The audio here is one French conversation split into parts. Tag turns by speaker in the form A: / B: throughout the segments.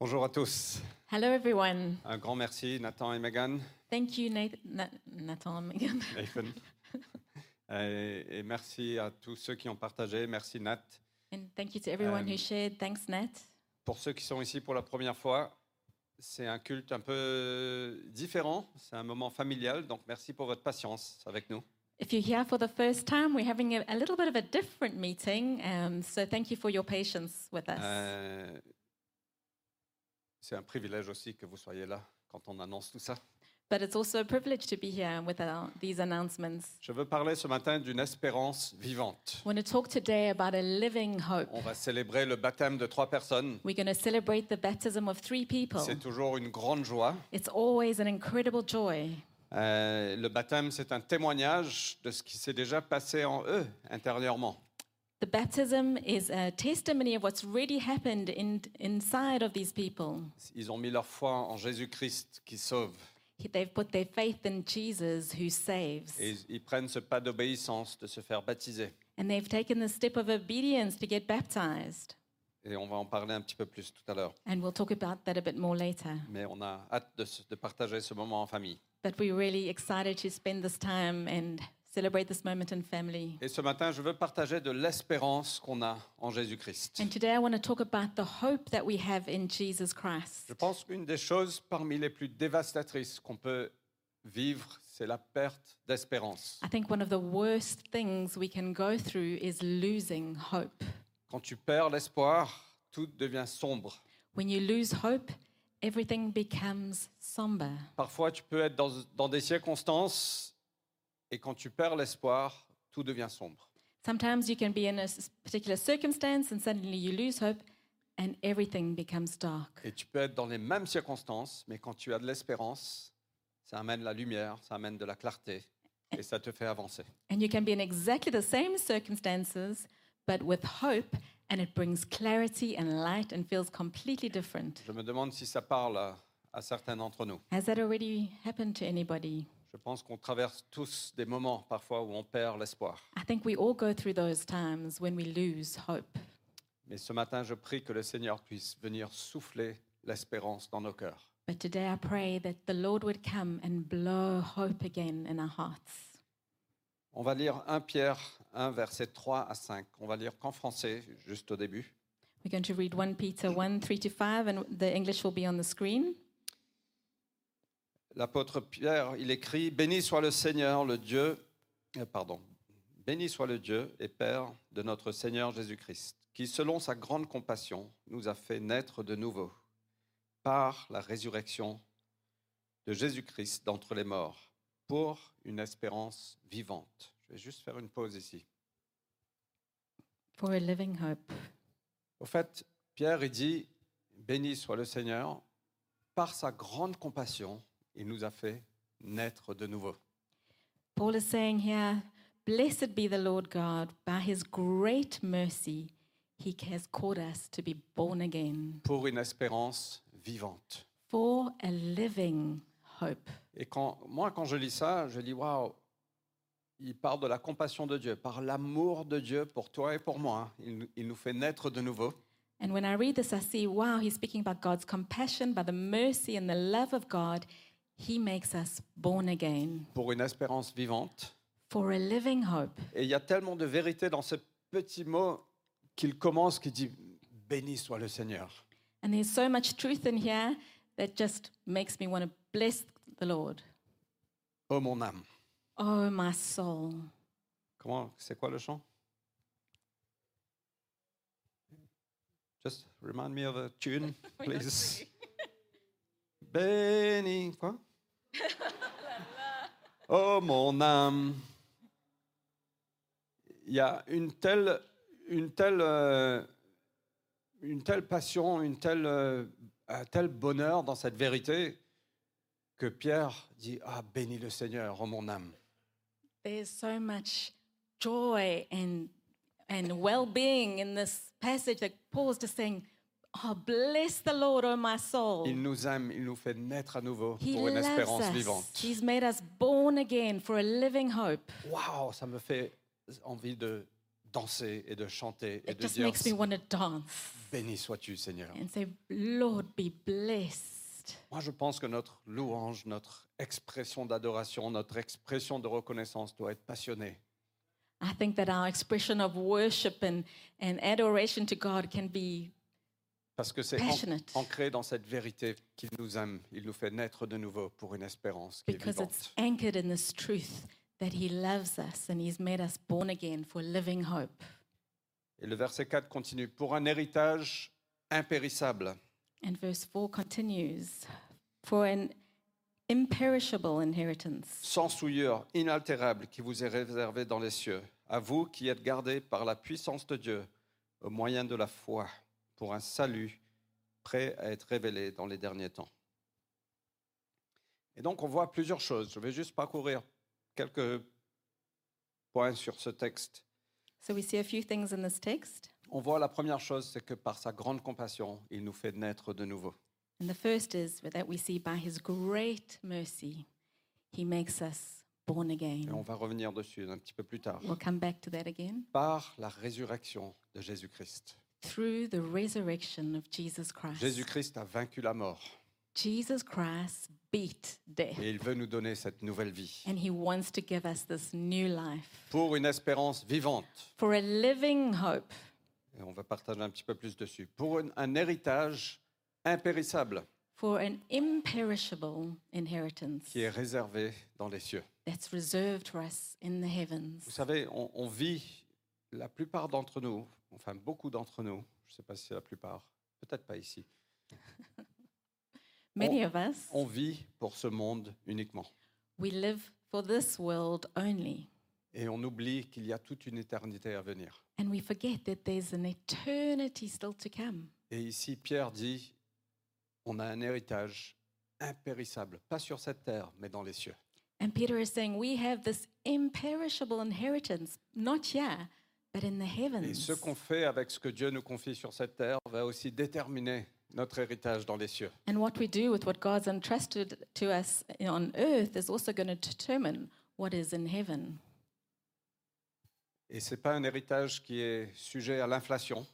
A: Bonjour à tous.
B: Hello, everyone.
A: Un grand merci, Nathan et Megan.
B: Thank you, Nathan, Nathan and Megan.
A: Nathan. et, et merci à tous ceux qui ont partagé. Merci, Nat.
B: And thank you to everyone
A: Um,
B: who shared. Thanks, Nat.
A: Pour ceux qui sont ici pour la première fois, c'est un culte un peu différent. C'est un moment familial. Donc, merci pour votre patience avec nous.
B: If you're here for the first time, we're having a, a little bit of a different meeting. Um, so thank you for your patience with us.
A: Euh, c'est un privilège aussi que vous soyez là quand on annonce tout ça.
B: but it's also a privilege to be here with our, these announcements.
A: Je veux parler ce matin d'une espérance vivante.
B: I want to talk today about a living hope.
A: On va célébrer le baptême de trois personnes.
B: We're going to celebrate the baptism of three people.
A: C'est toujours une grande joie.
B: It's always an incredible joy.
A: Euh, le baptême, c'est un témoignage de ce qui s'est déjà passé en eux intérieurement.
B: The baptism is a testimony of what's really happened in, inside of these people.
A: Ils ont mis leur foi en Jésus-Christ qui sauve.
B: They've put their faith in Jesus who saves.
A: Et ils, ils prennent ce pas d'obéissance de se faire baptiser.
B: And they've taken the step of obedience to get baptized.
A: Et on va en parler un petit peu plus tout à l'heure.
B: And we'll talk about that a bit more later.
A: Mais on a hâte de, se- de partager ce moment en famille.
B: But we're really excited to spend this time and celebrate this moment in family.
A: Et ce matin, je veux partager de l'espérance qu'on a en Jésus-Christ.
B: And today I want to talk about the hope that we have in Jesus Christ.
A: Je pense qu'une des choses parmi les plus dévastatrices qu'on peut vivre, c'est la perte d'espérance.
B: I think one of the worst things we can go through is losing hope.
A: Quand tu perds l'espoir, tout devient sombre.
B: When you lose hope, everything becomes somber.
A: Parfois, tu peux être dans, dans des circonstances et quand tu perds l'espoir, tout devient sombre.
B: Sometimes you can be in a s- particular circumstance and suddenly you lose hope and everything becomes dark.
A: Et tu peux être dans les mêmes circonstances, mais quand tu as de l'espérance, ça amène la lumière, ça amène de la clarté et ça te fait avancer.
B: And you can be in exactly the same circumstances, but with hope, and it brings clarity and light and feels completely different.
A: Je me demande si ça parle à, à certains d'entre nous.
B: Has that already happened to anybody?
A: Je pense qu'on traverse tous des moments parfois où on perd l'espoir.
B: I think we all go through those times when we lose hope.
A: Mais ce matin, je prie que le Seigneur puisse venir souffler l'espérance dans nos cœurs.
B: But today I pray that the Lord would come and blow hope again in our hearts.
A: On va lire 1 Pierre 1, versets 3 à 5. On va lire qu'en français, juste au début.
B: We're going to read 1 Peter 1 3 to 5, and the English will be on the screen.
A: L'apôtre Pierre, il écrit Béni soit le Seigneur, le Dieu, euh, pardon, béni soit le Dieu et Père de notre Seigneur Jésus-Christ, qui, selon sa grande compassion, nous a fait naître de nouveau par la résurrection de Jésus-Christ d'entre les morts, pour une espérance vivante. Je vais juste faire une pause ici.
B: For a living hope.
A: Au fait, Pierre, il dit Béni soit le Seigneur, par sa grande compassion, il nous a fait naître de nouveau.
B: Paul is saying here, Blessed be the Lord God, by his great mercy, he has called us to be born again
A: pour une espérance vivante.
B: for a living hope.
A: Et quand, moi, quand je lis ça, je dis waouh, il parle de la compassion de Dieu, par l'amour de Dieu pour toi et pour moi. hein. Il, nous- il nous fait naître de nouveau.
B: And when I read this, I see, wow, he's speaking about God's compassion, by the mercy and the love of God, he makes us born again
A: Pour une espérance vivante.
B: for a living hope.
A: Et il y a tellement de vérité dans ce petit mot qu'il commence, qui dit Béni soit le Seigneur.
B: And there's so much truth in here that just makes me want to bless the Lord.
A: Oh mon âme.
B: Oh, my soul.
A: Comment, c'est quoi le chant Just remind me of a tune, please. Béni, quoi Oh mon âme. Il y a une telle, une telle, euh, une telle passion, une telle, euh, un tel bonheur dans cette vérité que Pierre dit Ah, bénis le Seigneur, oh mon âme.
B: There's so much joy and, and well being in this passage that Paul's just saying, Oh, bless the Lord, oh, my soul.
A: Il nous aime, il nous fait naître à nouveau
B: He
A: pour une
B: loves
A: espérance
B: us.
A: vivante.
B: He's made us born again for a living hope.
A: Waouh, ça me fait envie de danser et de chanter et
B: It
A: de
B: just
A: dire
B: makes me want to dance
A: Béni sois-tu, Seigneur.
B: and say, Lord, be blessed.
A: Moi, je pense que notre louange, notre expression d'adoration, notre expression de reconnaissance doit être passionnée.
B: I think that our expression of worship and, and adoration to God can be
A: Parce que c'est en-
B: Passionate.
A: ancré dans cette vérité qu'il nous aime. Il nous fait naître de nouveau pour une espérance qui est
B: because it's
A: vivante.
B: anchored in this truth that He loves us and He's made us born again for living hope.
A: Et le verset 4 continue. Pour un héritage impérissable.
B: And verse 4 continues For an imperishable inheritance,
A: sans souillure, inaltérable, qui vous est réservé dans les cieux, à vous qui êtes gardés par la puissance de Dieu, au moyen de la foi, pour un salut prêt à être révélé dans les derniers temps. Et donc on voit plusieurs choses. Je vais juste parcourir quelques points sur ce texte.
B: So we see a few things in this text.
A: On voit la première chose, c'est que par sa grande compassion, il nous fait naître de nouveau.
B: And the first is that we see by his great mercy, he makes us born
A: Et on
B: again.
A: va revenir dessus un petit peu plus tard.
B: We'll come back to that again.
A: Par la résurrection de Jésus-Christ.
B: Through the resurrection of Jesus Christ,
A: Jésus-Christ a vaincu la mort.
B: Jesus Christ beat death.
A: Et il veut nous donner cette nouvelle vie
B: And he wants to give us this new life
A: pour une espérance vivante.
B: for a living hope.
A: Et on va partager un petit peu plus dessus. Pour une- un héritage impérissable
B: For an imperishable inheritance
A: qui est réservé dans les cieux.
B: that's reserved for us in the
A: Vous
B: heavens.
A: savez, on, on vit, la plupart d'entre nous, enfin beaucoup d'entre nous, je ne sais pas si c'est la plupart, peut-être pas ici,
B: Many of us,
A: on vit pour ce monde uniquement.
B: we live for this world only.
A: Et on oublie qu'il y a toute une éternité à venir.
B: And we forget that there's an eternity still to come.
A: Et ici, Pierre dit, on a un héritage impérissable, pas sur cette terre, mais dans les cieux.
B: And Peter is saying, We have this imperishable inheritance, not here, but in the
A: Et
B: heavens.
A: ce qu'on fait avec ce que Dieu nous confie sur cette terre va aussi déterminer notre héritage dans les cieux.
B: And what we do with what God's entrusted to us on earth is also going to determine what is in heaven.
A: Et ce n'est pas un héritage qui est sujet à l'inflation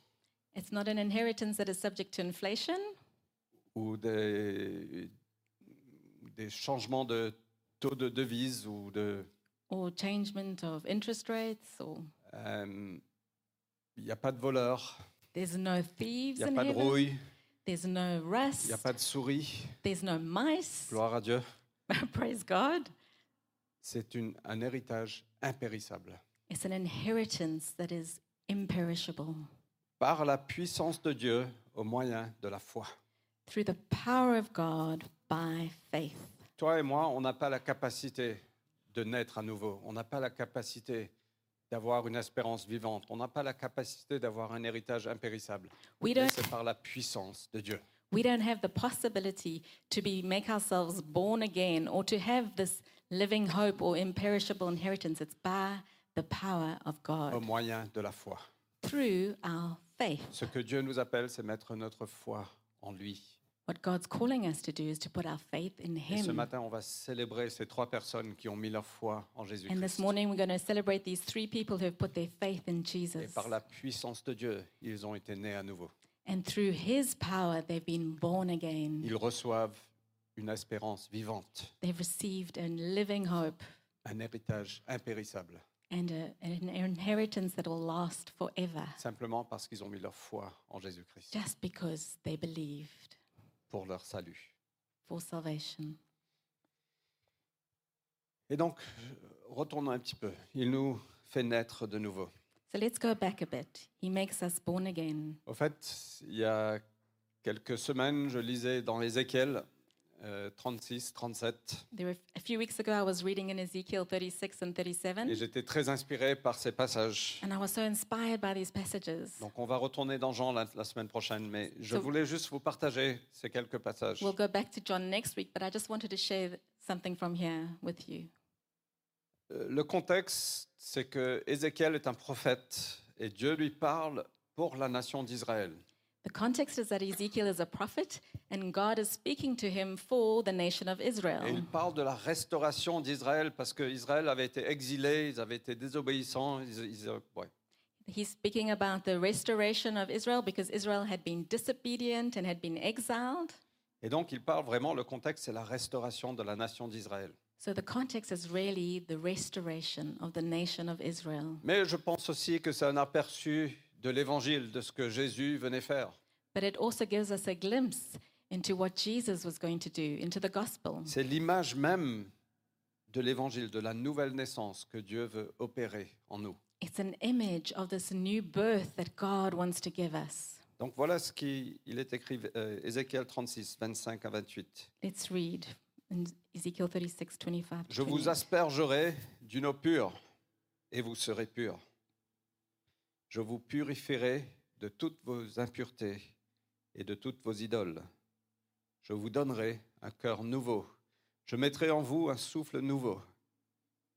B: It's not an inheritance that is subject to inflation
A: ou des, des changements de taux de devise ou de...
B: or changement of interest rates, or
A: euh, Il n'y a pas de voleurs,
B: there's no
A: il
B: thieves
A: n'y a
B: in
A: pas de
B: heaven,
A: rouille,
B: there's no
A: il
B: rust,
A: n'y a pas de souris.
B: there's no mice.
A: Gloire à Dieu.
B: Praise God.
A: C'est une- un héritage impérissable.
B: It's an inheritance that is imperishable
A: Par la puissance de Dieu au moyen de la foi.
B: through the power of God by faith.
A: Toi et moi, on n'a pas la capacité de naître à nouveau. On n'a pas la capacité d'avoir une espérance vivante. On n'a pas la capacité d'avoir un héritage impérissable.
B: We
A: Mais
B: don't,
A: c'est par la puissance de Dieu.
B: we don't have the possibility to be make ourselves born again or to have this living hope or imperishable inheritance. It's by the power of God
A: Au moyen de la foi.
B: through our faith.
A: Ce que Dieu nous appelle, c'est mettre notre foi en lui.
B: What God's calling us to do is to put our faith in
A: Et ce
B: Him.
A: matin, on va célébrer ces trois personnes qui ont mis leur foi en
B: And this
A: Jésus-Christ.
B: morning we're going to celebrate these three people who have put their faith in
A: Et
B: Jesus.
A: par la puissance de Dieu, ils ont été nés à nouveau.
B: And through His power, they've been born again.
A: Ils reçoivent une espérance vivante,
B: They've received a living hope
A: un héritage impérissable,
B: and a, an inheritance that will last forever
A: simplement parce qu'ils ont mis leur foi en Jésus-Christ.
B: just because they believed
A: pour leur salut.
B: for salvation.
A: Et donc, euh, retournons un petit peu. Il nous fait naître de nouveau.
B: So let's go back a bit. He makes us born again.
A: Au fait, il y a quelques semaines, je lisais dans Ézéchiel euh, 36, 37,
B: There were, a few weeks ago, I was reading in Ezekiel 36 and
A: et
B: 37,
A: j'étais très inspiré par ces passages.
B: and I was so inspired by these passages.
A: Donc, on va retourner dans Jean la, la semaine prochaine, mais je
B: So-
A: voulais juste vous partager ces quelques passages.
B: We'll go back to John next week, but I just wanted to share th- something from here with you.
A: Euh, Le contexte, c'est que Ézéchiel est un prophète, et Dieu lui parle pour la nation d'Israël.
B: The context is that Ezekiel is a prophet, and God is speaking to him for the nation of Israel.
A: Et il parle de la restauration d'Israël parce que Israël avait été exilé, ils avaient été désobéissants. ils- ils- ouais.
B: he's speaking about the restoration of Israel because Israel had been disobedient and had been exiled.
A: Et donc, il parle vraiment, le contexte, c'est la restauration de la nation d'Israël.
B: So the context is really the restoration of the nation of Israel.
A: Mais je pense aussi que c'est un aperçu de l'évangile, de ce que Jésus venait faire.
B: But it also gives us a glimpse into what Jesus was going to do, into the gospel.
A: C'est l'image même de l'évangile, de la nouvelle naissance que Dieu veut opérer en nous.
B: It's an image of this new birth that God wants to give us.
A: Donc voilà ce qu'il est écrit, euh, Ézéchiel 36, 25 à 28.
B: Let's read in Ezekiel 36, 25. to
A: Je vous
B: 28.
A: aspergerai d'une eau pure, et vous serez purs. Je vous purifierai de toutes vos impuretés et de toutes vos idoles. Je vous donnerai un cœur nouveau. Je mettrai en vous un souffle nouveau.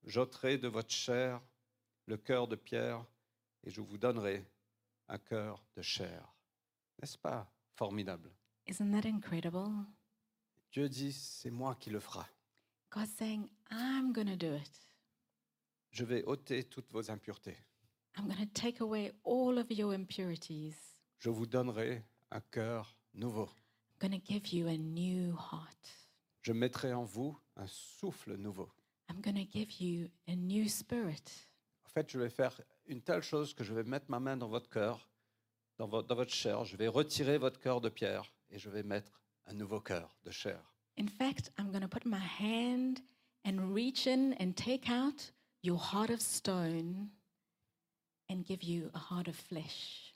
A: J'ôterai de votre chair le cœur de pierre, et je vous donnerai un cœur de chair. N'est-ce pas formidable
B: Isn't that incredible?
A: Dieu dit, c'est moi qui le fera.
B: God's saying, I'm going to do it.
A: Je vais ôter toutes vos impuretés.
B: I'm going to take away all of your impurities.
A: je vous donnerai un cœur nouveau.
B: I'm going to give you a new heart.
A: Je mettrai en vous un souffle nouveau.
B: I'm going to give you a new spirit.
A: En fait, je vais faire une telle chose que je vais mettre ma main dans votre cœur, dans, vo- dans votre chair. Je vais retirer votre cœur de pierre et je vais mettre un nouveau cœur de chair.
B: In fact, I'm going to put my hand and reach in and take out your heart of stone and give you a heart of flesh.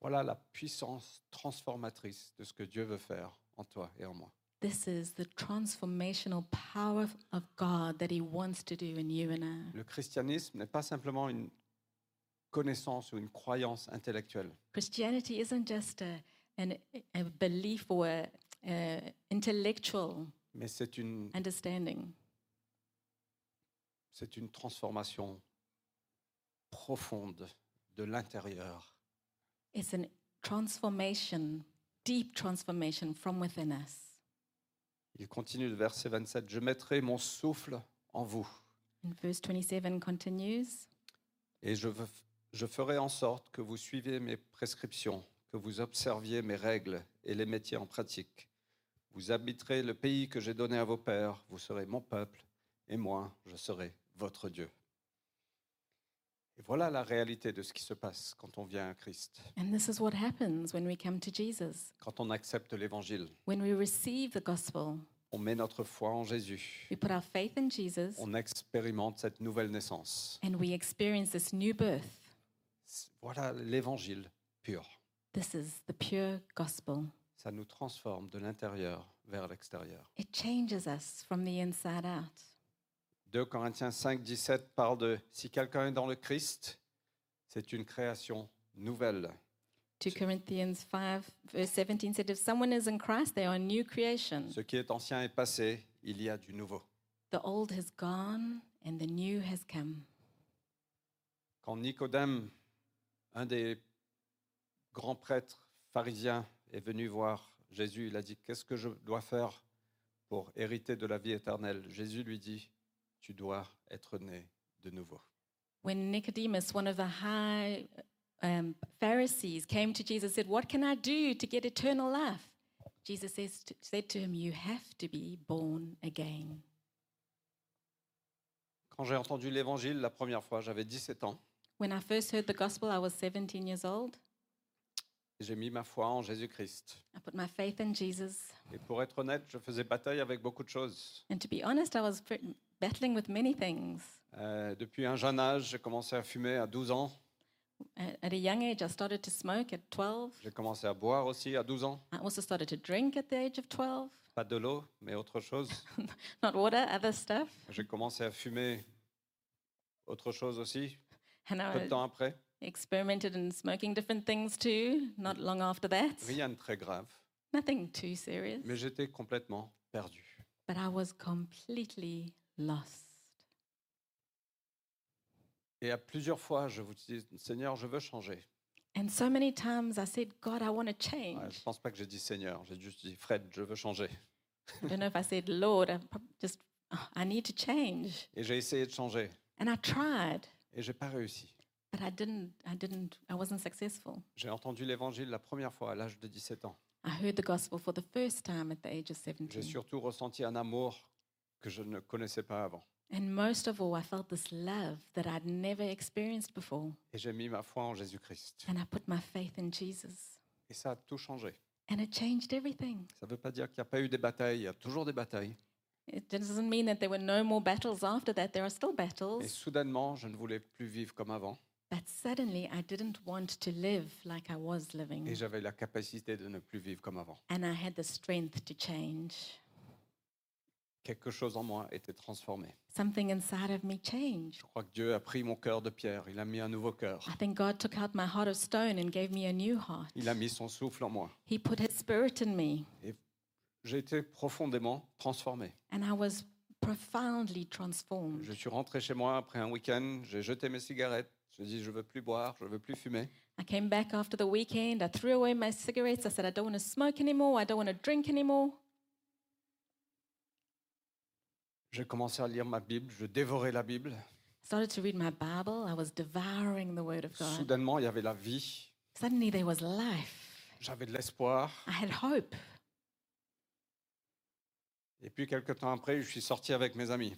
A: Voilà la puissance transformatrice de ce que Dieu veut faire en toi et en moi.
B: This is the transformational power of- of God that He wants to do in you and I.
A: Le christianisme n'est pas simplement une connaissance ou une croyance intellectuelle.
B: Christianity isn't just a, an, a belief or a, a intellectual
A: Mais c'est une,
B: understanding.
A: c'est une transformation profonde de l'intérieur
B: It's a transformation, deep transformation from within us.
A: Il continue le verset 27. Je mettrai mon souffle en vous
B: And verse 27 continues.
A: et je, veux- je ferai en sorte que vous suiviez mes prescriptions, que vous observiez mes règles et les mettiez en pratique. Vous habiterez le pays que j'ai donné à vos pères, vous serez mon peuple et moi, je serai votre Dieu. Et voilà la réalité de ce qui se passe quand on vient à Christ,
B: And this is what happens when we come to Jesus.
A: quand on accepte l'Évangile.
B: When we receive the gospel,
A: On met notre foi en Jésus.
B: we put our faith in Jesus
A: On expérimente cette nouvelle naissance.
B: and we experience this new birth.
A: Voilà l'Évangile pur.
B: This is the pure gospel.
A: ça nous transforme de l'intérieur vers l'extérieur.
B: It changes us from the inside out.
A: 2 Corinthiens 5, 17 parle de si quelqu'un est dans le Christ, c'est une création nouvelle.
B: 2 Corinthians 5, verse 17 said, If someone is in Christ, they are a new creation.
A: Ce qui est ancien est passé, il y a du nouveau.
B: The old has gone and the new has come.
A: Quand Nicodème, un des grands prêtres pharisiens, est venu voir Jésus, il a dit Qu'est-ce que je dois faire pour hériter de la vie éternelle Jésus lui dit Tu dois être né de nouveau.
B: When Nicodemus, one of the high um, Pharisees, came to Jesus and said, What can I do to get eternal life? Jesus says, t- said to him, You have to be born again.
A: Quand j'ai entendu l'évangile la première fois, j'avais 17 ans.
B: When I first heard the gospel, I was 17 years old.
A: J'ai mis ma foi en Jésus-Christ.
B: I put my faith in Jesus.
A: Et pour être honnête, je faisais bataille avec beaucoup de choses.
B: And to be honest, I was pre- battling with many things.
A: Euh, depuis un jeune âge, j'ai commencé à fumer à 12 ans.
B: At at a young age, I started to smoke at 12.
A: J'ai commencé à boire aussi à 12 ans.
B: I also started to drink at the age of 12.
A: Pas de l'eau, mais autre chose.
B: Not water, other stuff.
A: J'ai commencé à fumer autre chose aussi,
B: And
A: peu de
B: I
A: temps après.
B: experimented in smoking different things too, not long after that.
A: Rien de très grave.
B: Nothing too serious.
A: Mais j'étais complètement perdu.
B: But I was completely lost.
A: Et à plusieurs fois, je vous dis, Seigneur, je veux changer.
B: And so many times I said, God, I want to change.
A: Ouais, je ne pense pas que j'ai dit Seigneur, j'ai juste dit Fred, je veux changer.
B: I don't know if I said, Lord, I prob- just, "Oh, I need to change.
A: Et j'ai essayé de changer.
B: And I tried,
A: Et j'ai pas réussi.
B: But I didn't, I didn't, I wasn't successful.
A: J'ai entendu l'évangile la première fois à l'âge de 17 ans.
B: I heard the gospel for the first time at the age of
A: J'ai
B: 17.
A: surtout ressenti un amour que je ne connaissais pas avant.
B: And most of all, I felt this love that I'd never experienced before.
A: Et j'ai mis ma foi en Jésus-Christ.
B: And I put my faith in Jesus.
A: Et ça a tout changé.
B: And it changed everything.
A: Ça ne veut pas dire qu'il n'y a pas eu des batailles, il y a toujours des batailles.
B: It doesn't mean that there were no more battles after that. There are still
A: Et
B: battles.
A: soudainement, je ne voulais plus vivre comme avant.
B: But suddenly, I didn't want to live like I was
A: Et
B: living.
A: j'avais la capacité de ne plus vivre comme avant.
B: And I had the strength to change.
A: Quelque chose en moi était transformé.
B: Something inside of me changed.
A: Je crois que Dieu a pris mon cœur de pierre, il a mis un nouveau cœur.
B: I think God took out my heart of stone and gave me a new heart.
A: Il a mis son souffle en moi.
B: He put His Spirit in me,
A: J'ai été profondément transformé.
B: and I was profoundly transformed.
A: Je suis rentré chez moi après un week-end, j'ai jeté mes cigarettes, j'ai dit je veux plus boire, je veux plus fumer.
B: I came back after the weekend. I threw away my cigarettes. I said, I don't want to smoke anymore. I don't want to drink anymore.
A: J'ai commencé à lire ma Bible, je dévorais la Bible.
B: Started to read my Bible. I was devouring the Word of God.
A: Soudainement, il y avait la vie,
B: Suddenly there was life.
A: j'avais de l'espoir.
B: I had hope.
A: Et puis quelques temps après, je suis sorti avec mes amis.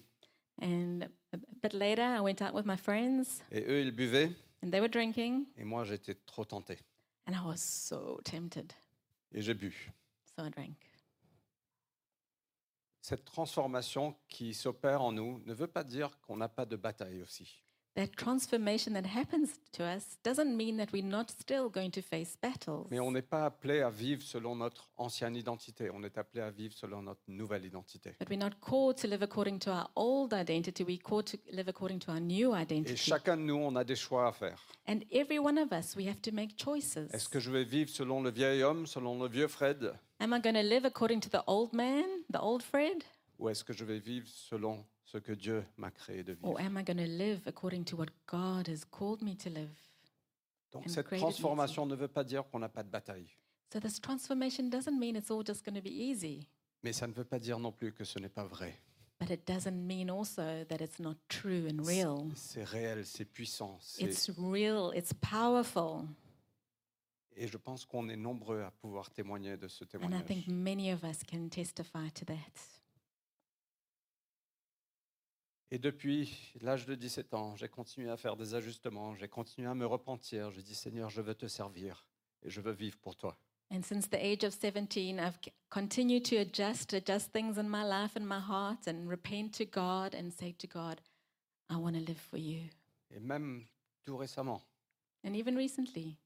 B: And a bit later, I went out with my friends,
A: Et eux, ils buvaient,
B: and they were drinking,
A: et moi, j'étais trop tenté.
B: and I was so tempted.
A: Et j'ai bu.
B: So I drank.
A: Cette transformation qui s'opère en nous ne veut pas dire qu'on n'a pas de bataille aussi.
B: That transformation that happens to us doesn't mean that we're not still going to face battles.
A: Mais on n'est pas appelé à vivre selon notre ancienne identité, on est appelé à vivre selon notre nouvelle identité.
B: But we're not called to live according to our old identity. We're called to live according to our new
A: Et
B: identity.
A: chacun de nous, on a des choix à faire.
B: And every one of us, we have to make choices.
A: Est-ce que je vais vivre selon le vieil homme, selon le vieux Fred,
B: Am I going to live according to the old man, the old Fred,
A: ou est-ce que je vais vivre selon ce que Dieu m'a créé de vivre
B: or am I going to live according to what God has called me to live?
A: Donc
B: and
A: cette
B: created me to-
A: transformation ne veut pas dire qu'on n'a pas de bataille,
B: So this transformation doesn't mean it's all just going to be easy,
A: mais ça ne veut pas dire non plus que ce n'est pas vrai.
B: but it doesn't mean also that it's not true and real.
A: C'est réel, c'est puissant. c'est-
B: It's real, it's powerful,
A: Et je pense qu'on est nombreux à pouvoir témoigner de ce
B: and I
A: témoignage.
B: think many of us can testify to that.
A: Et depuis l'âge de 17 ans, j'ai continué à faire des ajustements, j'ai continué à me repentir. J'ai dit, Seigneur, je veux te servir et je veux vivre pour toi.
B: And since the age of 17, I've c- continued to adjust, adjust things in my life and my heart, and repent to God and say to God, I want to live for you.
A: Et même tout récemment,
B: And even recently,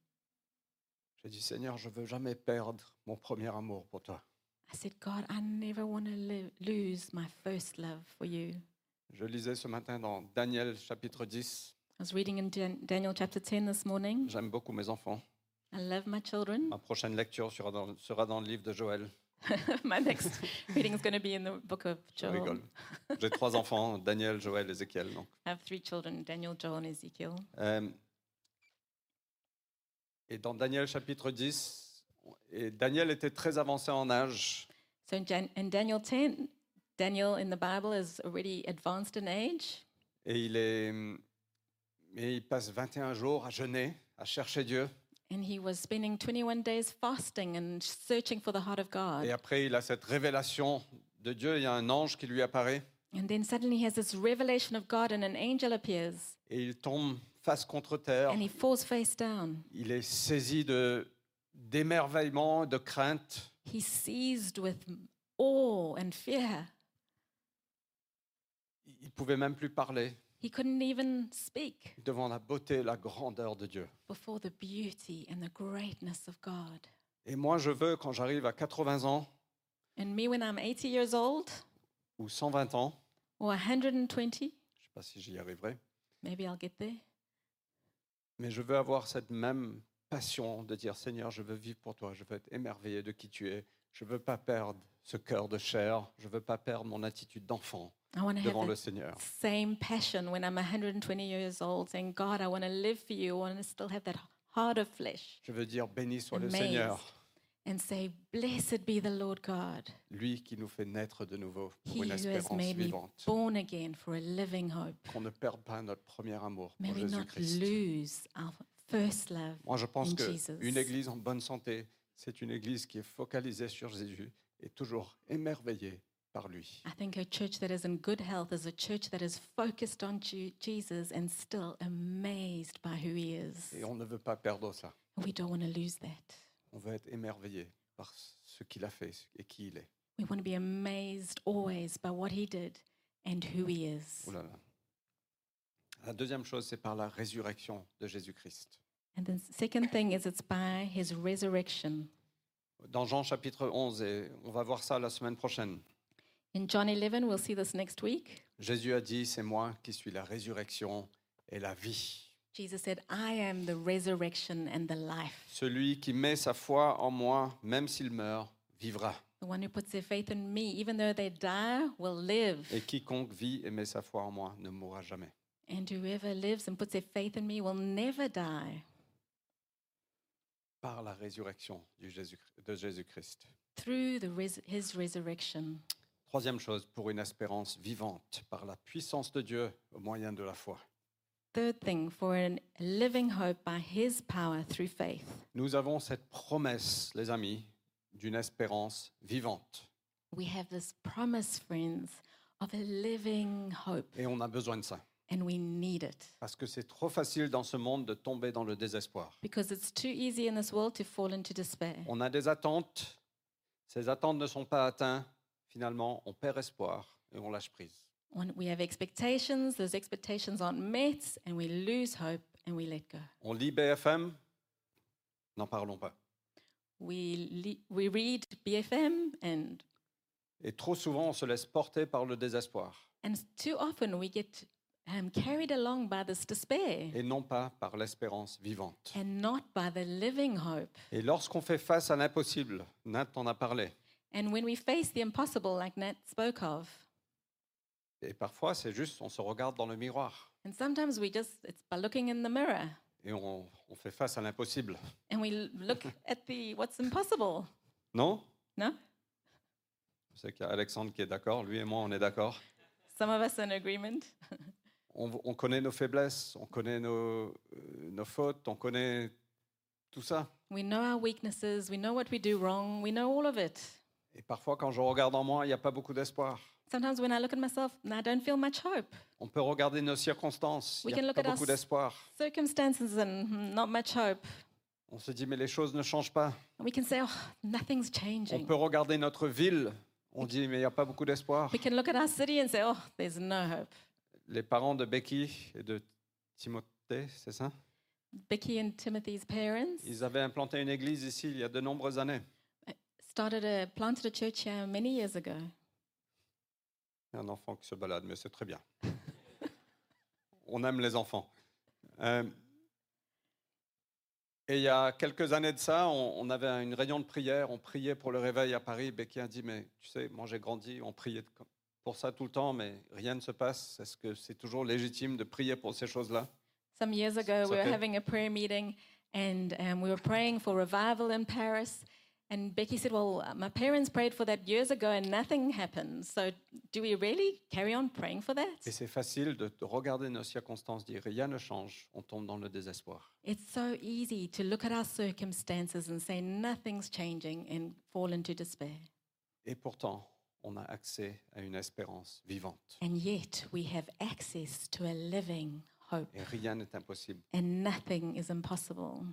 A: j'ai dit, Seigneur, je veux jamais perdre mon premier amour pour toi.
B: I said, God, I never want to lo- lose my first love for you.
A: Je lisais ce matin dans Daniel chapitre 10.
B: I was reading in Dan- Daniel chapter 10 this morning.
A: J'aime beaucoup mes enfants.
B: I love my children.
A: Ma prochaine lecture sera dans, sera dans le livre de Joël.
B: my next reading is going to be in the book of
A: Je
B: Joel.
A: rigole. J'ai trois enfants, Daniel, Joël, Ézéchiel. Donc.
B: I have three children Daniel, Joel, and Ezekiel.
A: Euh, et dans Daniel chapitre 10, et Daniel était très avancé en âge.
B: So in, Jan- in Daniel 10, Daniel in the Bible is already advanced in age.
A: Et il est. Mais il passe 21 jours à jeûner, à chercher Dieu.
B: And he was spending 21 days fasting and searching for the heart of God.
A: Et après, il a cette révélation de Dieu. Il y a un ange qui lui apparaît.
B: And then suddenly he has this revelation of God, and an angel appears,
A: Et il tombe face contre terre.
B: and he falls face down.
A: Il est saisi de d'émerveillement, de crainte.
B: He's seized with m- awe and fear.
A: Il pouvait même plus parler
B: He couldn't even speak
A: devant la beauté, la grandeur de Dieu.
B: before the beauty and the greatness of God.
A: Et moi, je veux, quand j'arrive à 80 ans
B: And me, when I'm 80 years old
A: ou 120 ans,
B: or 120,
A: je ne sais pas si j'y arriverai,
B: maybe I'll get there.
A: mais je veux avoir cette même passion de dire Seigneur, je veux vivre pour toi, je veux être émerveillé de qui tu es, je veux pas perdre ce cœur de chair, je veux pas perdre mon attitude d'enfant
B: I want to have
A: devant
B: that
A: le Seigneur.
B: same passion when I'm 120 years old, saying, God, I want to live for you. I want to still have that heart of flesh.
A: Je veux dire béni soit le
B: Amazed.
A: Seigneur
B: and say, Blessed be the Lord God,
A: lui qui nous fait naître de nouveau pour
B: He
A: une
B: who has
A: espérance
B: made me
A: vivante.
B: born again for a living hope.
A: Qu'on ne perde pas notre premier amour
B: May
A: pour
B: we not
A: Jésus-Christ.
B: lose our first love.
A: Moi, je pense
B: in Jesus.
A: qu'une église en bonne santé, c'est une église qui est focalisée sur Jésus et toujours émerveillée par lui.
B: I think a church that is in good health is a church that is focused on Ju- Jesus and still amazed by who he is.
A: Et on ne veut pas perdre ça.
B: We don't want to lose that.
A: On veut être émerveillé par ce qu'il a fait et qui il est.
B: We want to be amazed always by what he did and who he is.
A: Oh là là. La deuxième chose, c'est par la résurrection de Jésus-Christ.
B: And the second thing is it's by his resurrection.
A: Dans Jean chapitre 11, et on va voir ça la semaine prochaine,
B: In John 11, we'll see this next week.
A: Jésus a dit, c'est moi qui suis la résurrection et la vie.
B: Jesus said, I am the resurrection and the life.
A: Celui qui met sa foi en moi, même s'il meurt, vivra.
B: The one who puts their faith in me, even though they die, will live.
A: Et quiconque vit et met sa foi en moi ne mourra jamais.
B: And whoever lives and puts their faith in me will never die.
A: Par la résurrection du Jésus- de Jésus-Christ.
B: through the res- his resurrection.
A: Troisième chose, pour une espérance vivante, par la puissance de Dieu au moyen de la foi.
B: Third thing, for a living hope by his power through faith.
A: Nous avons cette promesse, les amis, d'une espérance vivante.
B: We have this promise, friends, of a living hope,
A: Et on a besoin de ça.
B: and we need it
A: Parce que c'est trop facile dans ce monde de tomber dans le désespoir.
B: because it's too easy in this world to fall into despair.
A: On a des attentes, ces attentes ne sont pas atteintes. Finalement, on perd espoir et on lâche prise.
B: When we have expectations, those expectations aren't met, and we lose hope and we let go.
A: On lit BFM, n'en parlons pas.
B: We, le- we read BFM, and,
A: Et trop souvent, on se laisse porter par le désespoir
B: and too often we get um, carried along by this despair
A: et non pas par l'espérance vivante.
B: and not by the living hope.
A: Et lorsqu'on fait face à l'impossible, Nat en a parlé,
B: And when we face the impossible, like Nat spoke of,
A: et parfois c'est juste, on se regarde dans le miroir
B: and sometimes we just, it's by looking in the mirror
A: et on, on fait face à l'impossible.
B: and we l- look at the what's impossible.
A: Non
B: No?
A: Je sais qu'il y a Alexandre qui est d'accord, lui et moi on est d'accord.
B: Some of us are in agreement.
A: On, on connaît nos faiblesses, on connaît nos, euh, nos fautes, on connaît tout ça.
B: We know our weaknesses, we know what we do wrong, we know all of it.
A: Et parfois quand je regarde en moi, il n'y a pas beaucoup d'espoir.
B: Sometimes when I look at myself, I don't feel much hope.
A: On peut regarder nos circonstances,
B: We
A: il
B: can
A: n'y a
B: look
A: pas
B: at our
A: beaucoup
B: s-
A: d'espoir.
B: Circumstances and mm, not much hope.
A: On se dit mais les choses ne changent pas.
B: And we can say, oh, nothing's
A: On
B: changing.
A: peut regarder notre ville, on dit mais il n'y a pas beaucoup d'espoir.
B: We can look at our city and say, oh, there's no hope.
A: les parents de Becky et de Timothée, c'est ça
B: Becky and Timothy's parents
A: Ils avaient implanté une église ici il y a de nombreuses années.
B: started a, planted a church here many years ago.
A: Il y a un enfant qui se balade, mais c'est très bien. On aime les enfants. Euh, et il y a quelques années de ça, on, on avait une réunion de prière, on priait pour le réveil à Paris. Becky a dit, mais tu sais, moi j'ai grandi, on priait de- pour ça tout le temps, mais rien ne se passe. Est-ce que c'est toujours légitime de prier pour ces choses-là
B: Some years ago,
A: It's
B: we
A: okay.
B: were having a prayer meeting and um, we were praying for revival in Paris. And Becky said, Well, uh, my parents prayed for that years ago and nothing happened. So do we really carry on praying for that?
A: Et c'est facile de, de regarder nos circonstances, dire rien ne change, on tombe dans le désespoir.
B: It's so easy to look at our circumstances and say nothing's changing and fall into despair.
A: Et pourtant, on a accès à une espérance vivante.
B: And yet we have access to a living hope
A: Et rien n'est impossible.
B: and nothing is impossible.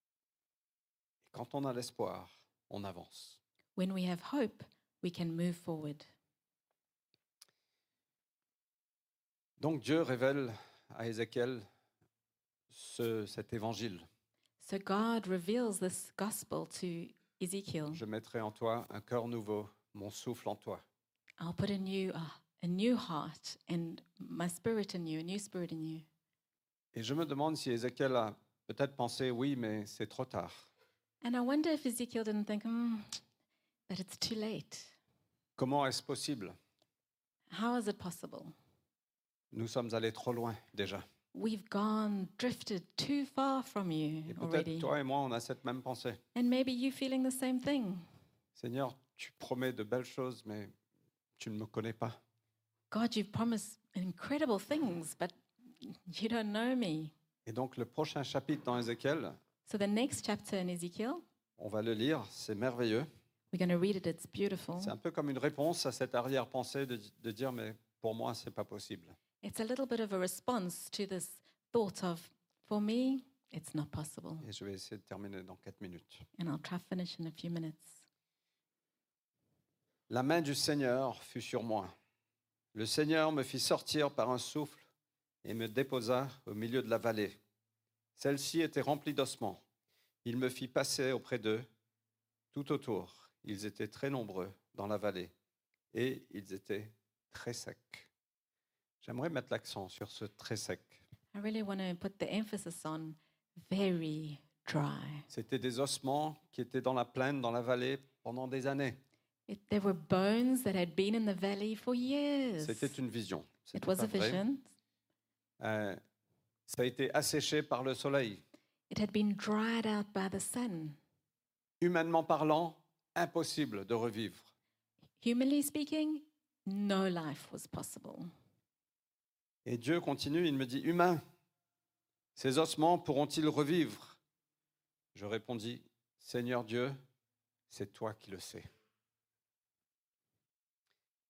A: Et quand on a l'espoir, on avance.
B: When we have hope, we can move forward.
A: Donc Dieu révèle à Ézéchiel ce- cet évangile.
B: So God reveals this gospel to Ezekiel.
A: Je mettrai en toi un cœur nouveau, mon souffle en toi.
B: I'll put a new uh, a new heart and my spirit in you, a new spirit in you.
A: Et je me demande si Ézéchiel a peut-être pensé, oui, mais c'est trop tard.
B: And I wonder if Ezekiel didn't think, hmm, but it's too late.
A: Comment est-ce possible
B: How is it possible?
A: Nous sommes allés trop loin déjà.
B: We've gone, drifted too far from you
A: Et peut-être
B: already.
A: toi et moi, on a cette même pensée.
B: And maybe you feeling the same thing.
A: Seigneur, tu promets de belles choses, mais tu ne me connais pas.
B: God, you've promised incredible things, but you don't know me.
A: Et donc le prochain chapitre dans Ézéchiel,
B: So the next chapter in Ezekiel,
A: on va le lire, c'est merveilleux.
B: we're going to read it. It's beautiful.
A: C'est un peu comme une réponse à cette arrière-pensée de, de dire, mais pour moi, c'est pas possible.
B: It's a little bit of a response to this thought of, for me, it's not possible.
A: Et je vais essayer de terminer dans quatre minutes.
B: And I'll try to finish in a few minutes.
A: La main du Seigneur fut sur moi. Le Seigneur me fit sortir par un souffle et me déposa au milieu de la vallée. Celle-ci était remplie d'ossements. Il me fit passer auprès d'eux. Tout autour, ils étaient très nombreux dans la vallée et ils étaient très secs. J'aimerais mettre l'accent sur ce très sec.
B: I really want to put the emphasis on very dry.
A: C'était des ossements qui étaient dans la plaine, dans la vallée, pendant des années.
B: It, there were bones that had been in the valley for years.
A: C'était une vision.
B: It
A: C'était
B: was
A: pas
B: a
A: vrai.
B: vision.
A: Euh, ça a été asséché par le soleil.
B: It had been dried out by the sun.
A: humainement parlant, impossible de revivre.
B: Humanly speaking, no life was possible.
A: Et Dieu continue, il me dit, humain, ces ossements pourront-ils revivre Je répondis, Seigneur Dieu, c'est toi qui le sais.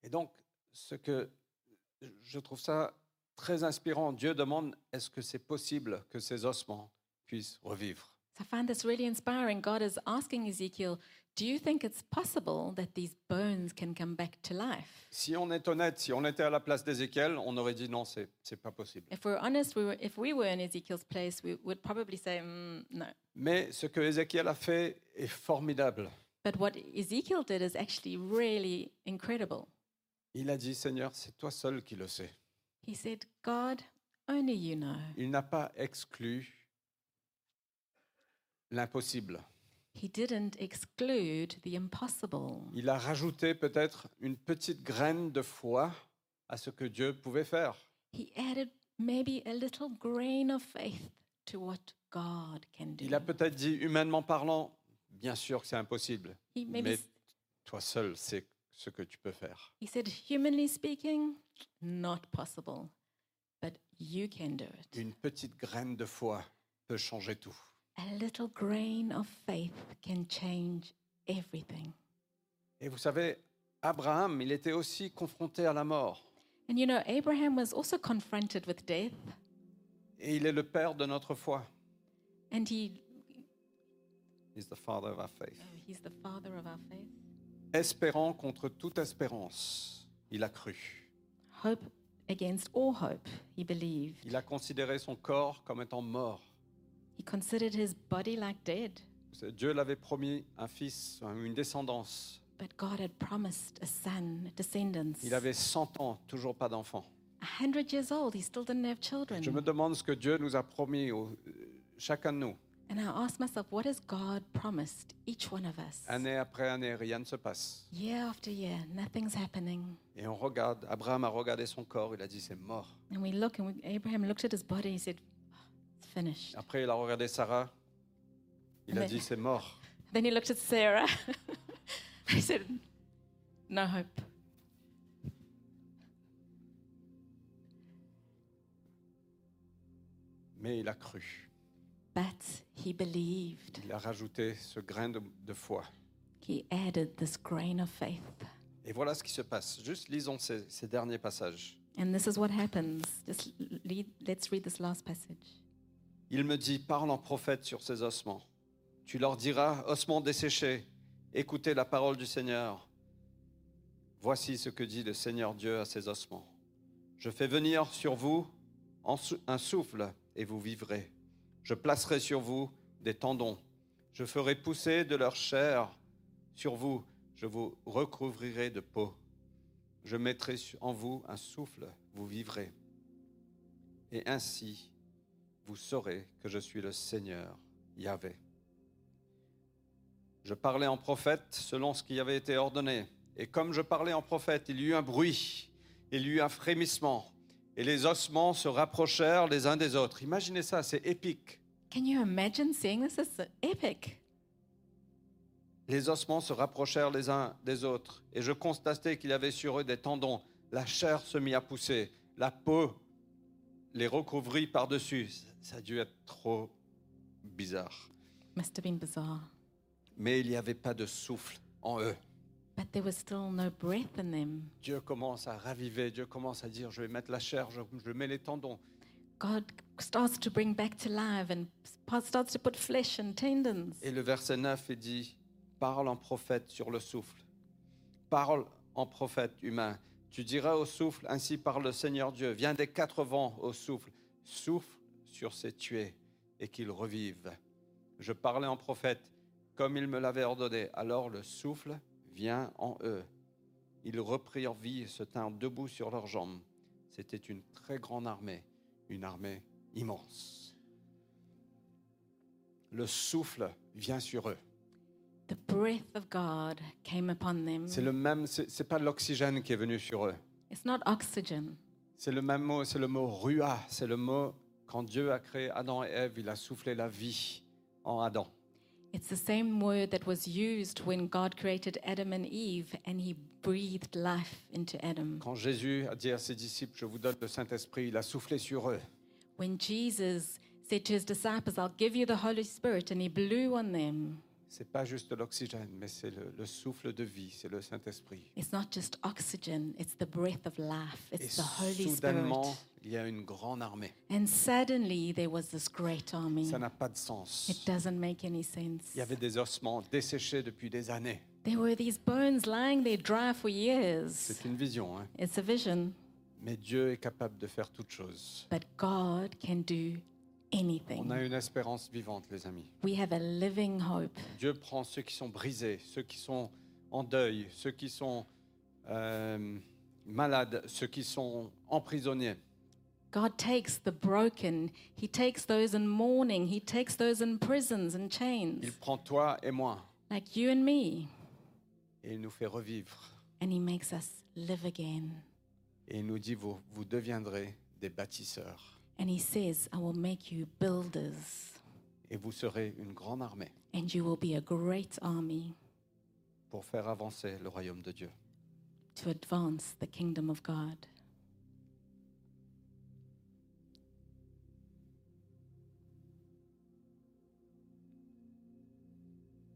A: Et donc, ce que je trouve ça très inspirant, Dieu demande, est-ce que c'est possible que ces ossements puissent revivre
B: So I find this really inspiring. God is asking Ezekiel, Do you think it's possible that these bones can come back to life?
A: Si on est honnête, si on était à la place d'Ézéchiel, on aurait dit non, c'est c'est pas possible.
B: If we're honest, we were, if we were in Ezekiel's place, we would probably say, mm, No.
A: Mais ce que Ézéchiel a fait est formidable.
B: But what Ezekiel did is actually really incredible.
A: Il a dit, Seigneur, c'est toi seul qui le sais.
B: He said, God, only you know.
A: Il n'a pas exclu l'impossible.
B: He didn't exclude the impossible.
A: Il a rajouté peut-être une petite graine de foi à ce que Dieu pouvait faire.
B: He added maybe a little grain of faith to what God can do.
A: Il a peut-être dit, humainement parlant, bien sûr que c'est impossible,
B: He maybe
A: mais
B: s-
A: toi seul sais ce que tu peux faire.
B: he said, humanly speaking, not possible, but you can do it.
A: Une petite graine de foi peut changer tout.
B: A little grain of faith can change everything.
A: Et vous savez, Abraham, il était aussi confronté à la mort.
B: And you know, Abraham was also confronted with death,
A: Et il est le père de notre foi.
B: and he oh,
A: He's the father of our faith.
B: he's the father of our faith.
A: Espérant contre toute espérance, il a cru.
B: Hope against all hope, he believed.
A: Il a considéré son corps comme étant mort.
B: He considered his body like dead,
A: Dieu l'avait promis un fils, une descendance.
B: but God had promised a son, descendants.
A: Il avait 100 ans, toujours pas d'enfant.
B: A hundred years old, he still didn't have children.
A: Je me demande ce que Dieu nous a promis, au- euh, chacun de nous.
B: And I asked myself, what has God promised each one of us?
A: Année après année, rien ne se passe.
B: year after year, nothing's happening.
A: Et on regarde, Abraham a regardé son corps, il a dit c'est mort.
B: And we look, and we, Abraham looked at his body. He said, "Ah, "It's finished."
A: Après, il a regardé Sarah, il a
B: Mais-
A: dit c'est mort.
B: Then he looked at Sarah. he said, "No hope."
A: Mais il a cru.
B: But he believed.
A: Il a rajouté ce grain de- de foi.
B: He added this grain of faith.
A: Et voilà ce qui se passe. Juste lisons ces, ces derniers passages.
B: And this is what happens. Just l- lead, let's read this last passage.
A: Il me dit, parle en prophète sur ces ossements. Tu leur diras, ossements desséchés, écoutez la parole du Seigneur. Voici ce que dit le Seigneur Dieu à ces ossements. Je fais venir sur vous en sou- un souffle et vous vivrez. Je placerai sur vous des tendons. Je ferai pousser de leur chair sur vous. Je vous recouvrirai de peau. Je mettrai su- en vous un souffle, vous vivrez. Et ainsi, vous saurez que je suis le Seigneur Yahvé. Je parlais en prophète selon ce qui avait été ordonné. Et comme je parlais en prophète, il y eut un bruit, il y eut un frémissement, Et les ossements se rapprochèrent les uns des autres. Imaginez ça, c'est épique.
B: Can you imagine seeing this? It's epic.
A: Les ossements se rapprochèrent les uns des autres, et je constatais qu'il y avait sur eux des tendons. La chair se mit à pousser, la peau les recouvrit par-dessus. Ça a dû être trop bizarre.
B: Must have been bizarre.
A: Mais il n'y avait pas de souffle en eux.
B: But there was still no breath in them.
A: Dieu commence à raviver, Dieu commence à dire, je vais mettre la chair, je, je mets les tendons.
B: God starts to bring back to life and pa- starts to put flesh and tendons.
A: Et le verset 9, il dit, parle en prophète sur le souffle. Parle en prophète humain. Tu diras au souffle, ainsi parle le Seigneur Dieu, viens des quatre vents au souffle, souffle sur ces tués et qu'ils revivent. Je parlais en prophète, comme il me l'avait ordonné. Alors le souffle vient en eux. Ils reprirent vie et se tinrent debout sur leurs jambes. C'était une très grande armée, une armée immense. Le souffle vient sur eux.
B: The breath of God came upon them.
A: C'est le même, c'est c'est pas de l'oxygène qui est venu sur eux.
B: It's not oxygen.
A: C'est le même mot, c'est le mot rua, c'est le mot quand Dieu a créé Adam et Ève, il a soufflé la vie en Adam.
B: It's the same word that was used when God created Adam and Eve and he breathed life into Adam.
A: Quand Jésus a dit à ses disciples, je vous donne le Saint-Esprit, il a soufflé sur eux.
B: When Jesus said to his disciples, I'll give you the Holy Spirit, and he blew on them,
A: C'est pas juste de l'oxygène, mais c'est le, le souffle de vie, c'est le Saint-Esprit.
B: it's not just oxygen, it's the breath of life,
A: Et
B: it's the Holy
A: soudainement,
B: Spirit.
A: il y a une grande armée.
B: And suddenly there was this great army.
A: Ça n'a pas de sens.
B: It doesn't make any sense.
A: Il y avait des ossements desséchés depuis des années.
B: There were these bones lying there dry for years.
A: C'est une vision, hein.
B: It's a vision,
A: Mais Dieu est capable de faire toutes choses.
B: but God can do
A: On a
B: anything.
A: une espérance vivante, les amis.
B: We have a living hope.
A: Dieu prend ceux qui sont brisés, ceux qui sont en deuil, ceux qui sont euh, malades, ceux qui sont emprisonnés.
B: God takes the broken, He takes those in mourning, He takes those in prisons and
A: Il
B: chains,
A: prend toi et moi
B: like you and me,
A: et il nous fait revivre.
B: and He makes us live again.
A: Et il nous dit, vous, vous deviendrez des bâtisseurs
B: And He says, I will make you builders,
A: et vous serez une grande armée
B: and you will be a great army
A: pour faire avancer le royaume de Dieu.
B: to advance the kingdom of God.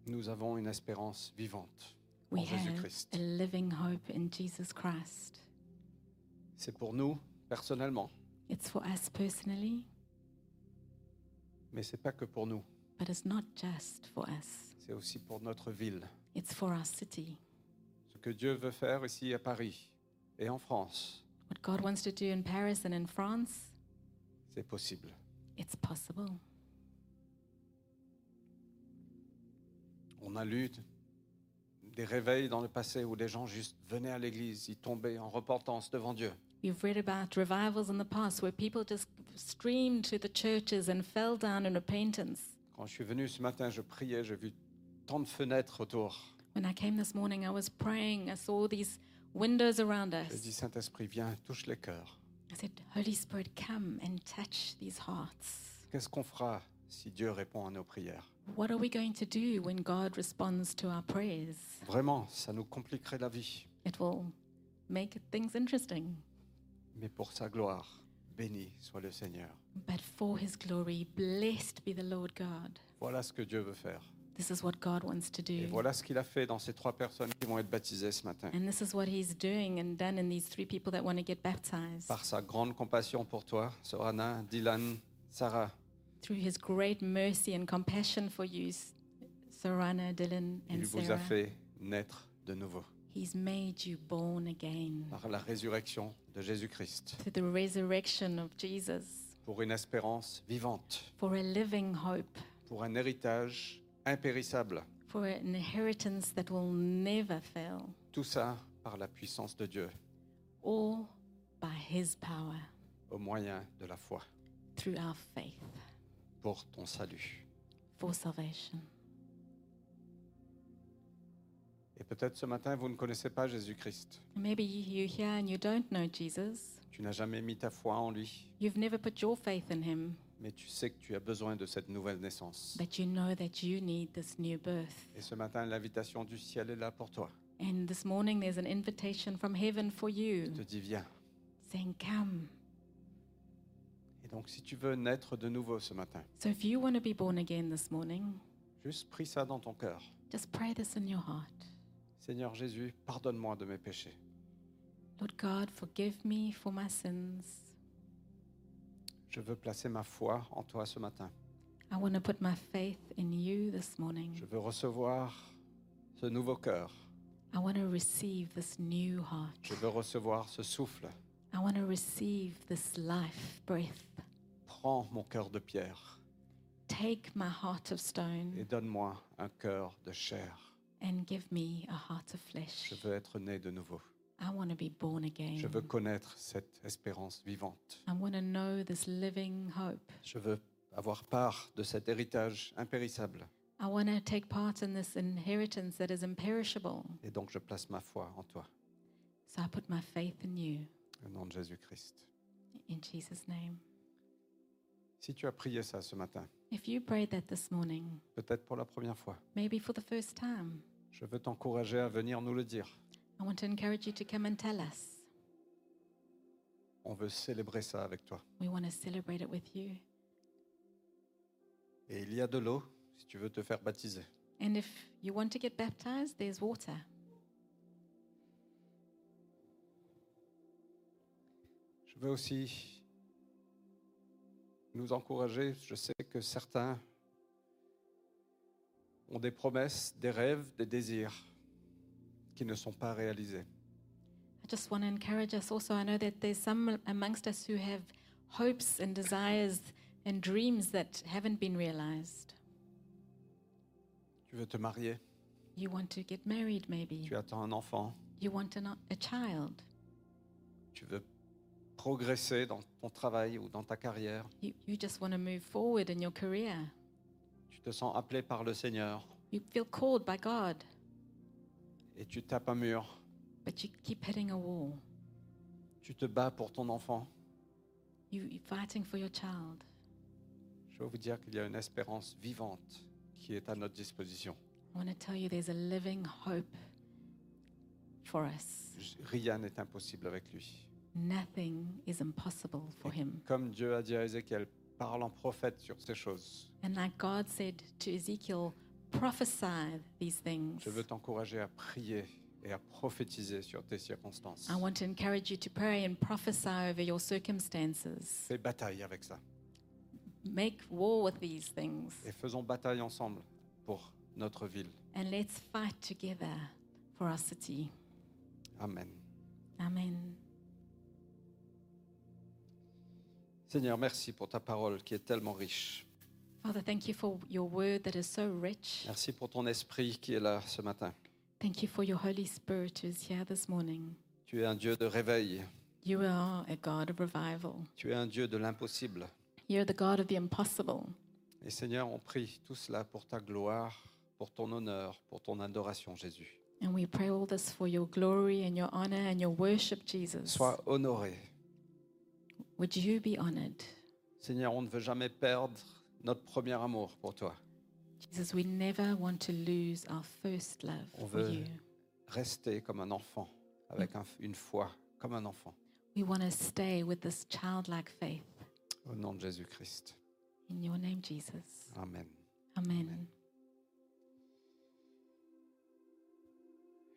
A: Nous avons une espérance vivante
B: We
A: en
B: have
A: Jésus-Christ.
B: a living hope in Jesus Christ.
A: C'est pour nous, personnellement,
B: It's for us personally,
A: mais c'est pas que pour nous,
B: but it's not just for us,
A: c'est aussi pour notre ville.
B: it's for our city.
A: Ce que Dieu veut faire ici à Paris et en France,
B: What God wants to do in Paris and in France,
A: c'est possible.
B: it's possible.
A: On a lu des réveils dans le passé où les gens juste venaient à l'église, ils tombaient en repentance devant Dieu.
B: We've read about revivals in the past where people just streamed to the churches and fell down in repentance.
A: Quand je suis venu ce matin, je priais, j'ai vu tant de fenêtres autour.
B: When I came this morning, I was praying. I saw these windows around
A: J'ai dit,
B: us.
A: Saint-Esprit, viens, touche les cœurs.
B: I said, Holy Spirit, come and touch these hearts.
A: Qu'est-ce qu'on fera si Dieu répond à nos prières
B: What are we going to do when God responds to our prayers?
A: Vraiment, ça nous compliquerait la vie,
B: It will make things interesting.
A: mais pour sa gloire, béni soit le Seigneur.
B: But for his glory, blessed be the Lord God.
A: Voilà ce que Dieu veut faire.
B: This is what God wants to
A: Et
B: do.
A: voilà ce qu'il a fait dans ces trois personnes qui vont être baptisées ce matin.
B: And this is what he's doing and done in these three people that want to get baptized.
A: Par sa grande compassion pour toi, Sorana, Dylan, Sarah,
B: Through his great mercy and compassion for you, S- Sarana, Dylan,
A: il
B: and
A: vous a
B: Sarah,
A: fait naître de nouveau
B: he's made you born again
A: par la résurrection de Jésus-Christ
B: through the resurrection of Jesus
A: pour une espérance vivante,
B: for a living hope,
A: pour un héritage impérissable.
B: for an inheritance that will never fail,
A: Tout ça par la puissance de Dieu
B: all by his power
A: au moyen de la foi
B: through our faith
A: pour ton salut.
B: for salvation.
A: Et peut-être ce matin, vous ne connaissez pas Jésus-Christ.
B: Maybe you're here and you don't know Jesus.
A: Tu n'as jamais mis ta foi en lui,
B: You've never put your faith in him,
A: mais tu sais que tu as besoin de cette nouvelle naissance.
B: but you know that you need this new birth.
A: Et ce matin, l'invitation du ciel est là pour toi.
B: And this morning, there's an invitation from heaven for you
A: Il te dit, viens.
B: saying, Come.
A: Et donc, si tu veux naître de nouveau ce matin,
B: So if you want to be born again this morning,
A: juste prie ça dans ton cœur.
B: just pray this in your heart
A: Seigneur Jésus, pardonne-moi de mes péchés.
B: Lord God, forgive me for my sins.
A: Je veux placer ma foi en toi ce matin.
B: I want to put my faith in you this morning.
A: Je veux recevoir ce nouveau cœur.
B: I want to receive this new heart.
A: Je veux recevoir ce souffle.
B: I want to receive this life breath.
A: Prends mon cœur de pierre
B: Take my heart of
A: et
B: stone
A: donne-moi un cœur de chair.
B: and give me a heart of flesh.
A: Je veux être né de nouveau.
B: I want to be born again.
A: Je veux connaître cette espérance vivante.
B: I want to know this living hope.
A: Je veux avoir part de cet héritage impérissable.
B: I want to take part in this inheritance that is imperishable.
A: Et donc je place ma foi en toi,
B: So I put my faith in you,
A: au nom de Jésus-Christ.
B: in Jesus' name.
A: Si tu as prié ça ce matin,
B: If you prayed that this morning,
A: peut-être pour la première fois,
B: maybe for the first time,
A: je veux t'encourager à venir nous le dire.
B: I want to encourage you to come and tell us.
A: On veut célébrer ça avec toi.
B: We want to celebrate it with you.
A: Et il y a de l'eau si tu veux te faire baptiser.
B: And if you want to get baptized, there's water.
A: Je veux aussi nous encourager. Je sais que certains ont des promesses, des rêves, des désirs qui ne sont pas réalisés.
B: I just want to encourage us also. I know that there's some amongst us who have hopes and desires and dreams that haven't been realized.
A: Tu veux te marier,
B: You want to get married, maybe.
A: tu attends un enfant,
B: You want an, a child.
A: tu veux progresser dans ton travail ou dans ta carrière.
B: You, you just want to move forward in your career.
A: Tu te sens appelé par le Seigneur
B: You feel called by God,
A: et tu tapes un mur.
B: but you keep hitting a wall.
A: Tu te bats pour ton enfant.
B: You, you're fighting for your child.
A: Je veux vous dire qu'il y a une espérance vivante qui est à notre disposition.
B: I want to tell you there's a living hope for us.
A: J- Rien n'est impossible avec lui.
B: Nothing is impossible for
A: Et
B: him.
A: Comme Dieu a dit à Ézéchiel, parle en prophète sur ces choses.
B: And like God said to Ezekiel, prophesy these things.
A: Je veux t'encourager à prier et à prophétiser sur tes circonstances.
B: I want to encourage you to pray and prophesy over your circumstances.
A: Fais bataille avec ça.
B: Make war with these things.
A: Et faisons bataille ensemble pour notre ville.
B: And let's fight together for our city.
A: Amen.
B: Amen.
A: Seigneur, merci pour ta parole qui est tellement riche.
B: Father, thank you for your word that is so rich.
A: Merci pour ton esprit qui est là ce matin.
B: Thank you for your Holy Spirit who is here this morning.
A: Tu es un Dieu de réveil.
B: You are a God of revival.
A: Tu es un Dieu de l'impossible.
B: You're the God of the impossible.
A: Et Seigneur, on prie tout cela pour ta gloire, pour ton honneur, pour ton adoration, Jésus.
B: And we pray all this for your glory and your honor and your worship, Jesus.
A: Sois honoré.
B: Would you be honored?
A: Seigneur, on ne veut jamais perdre notre premier amour pour toi.
B: Jesus, we never want to lose our first love
A: On
B: for
A: veut-
B: you.
A: Rester comme un enfant, avec un- une foi, comme un enfant,
B: We want to stay with this childlike faith.
A: au nom de Jésus-Christ.
B: In your name, Jesus.
A: Amen.
B: Amen.
A: Amen.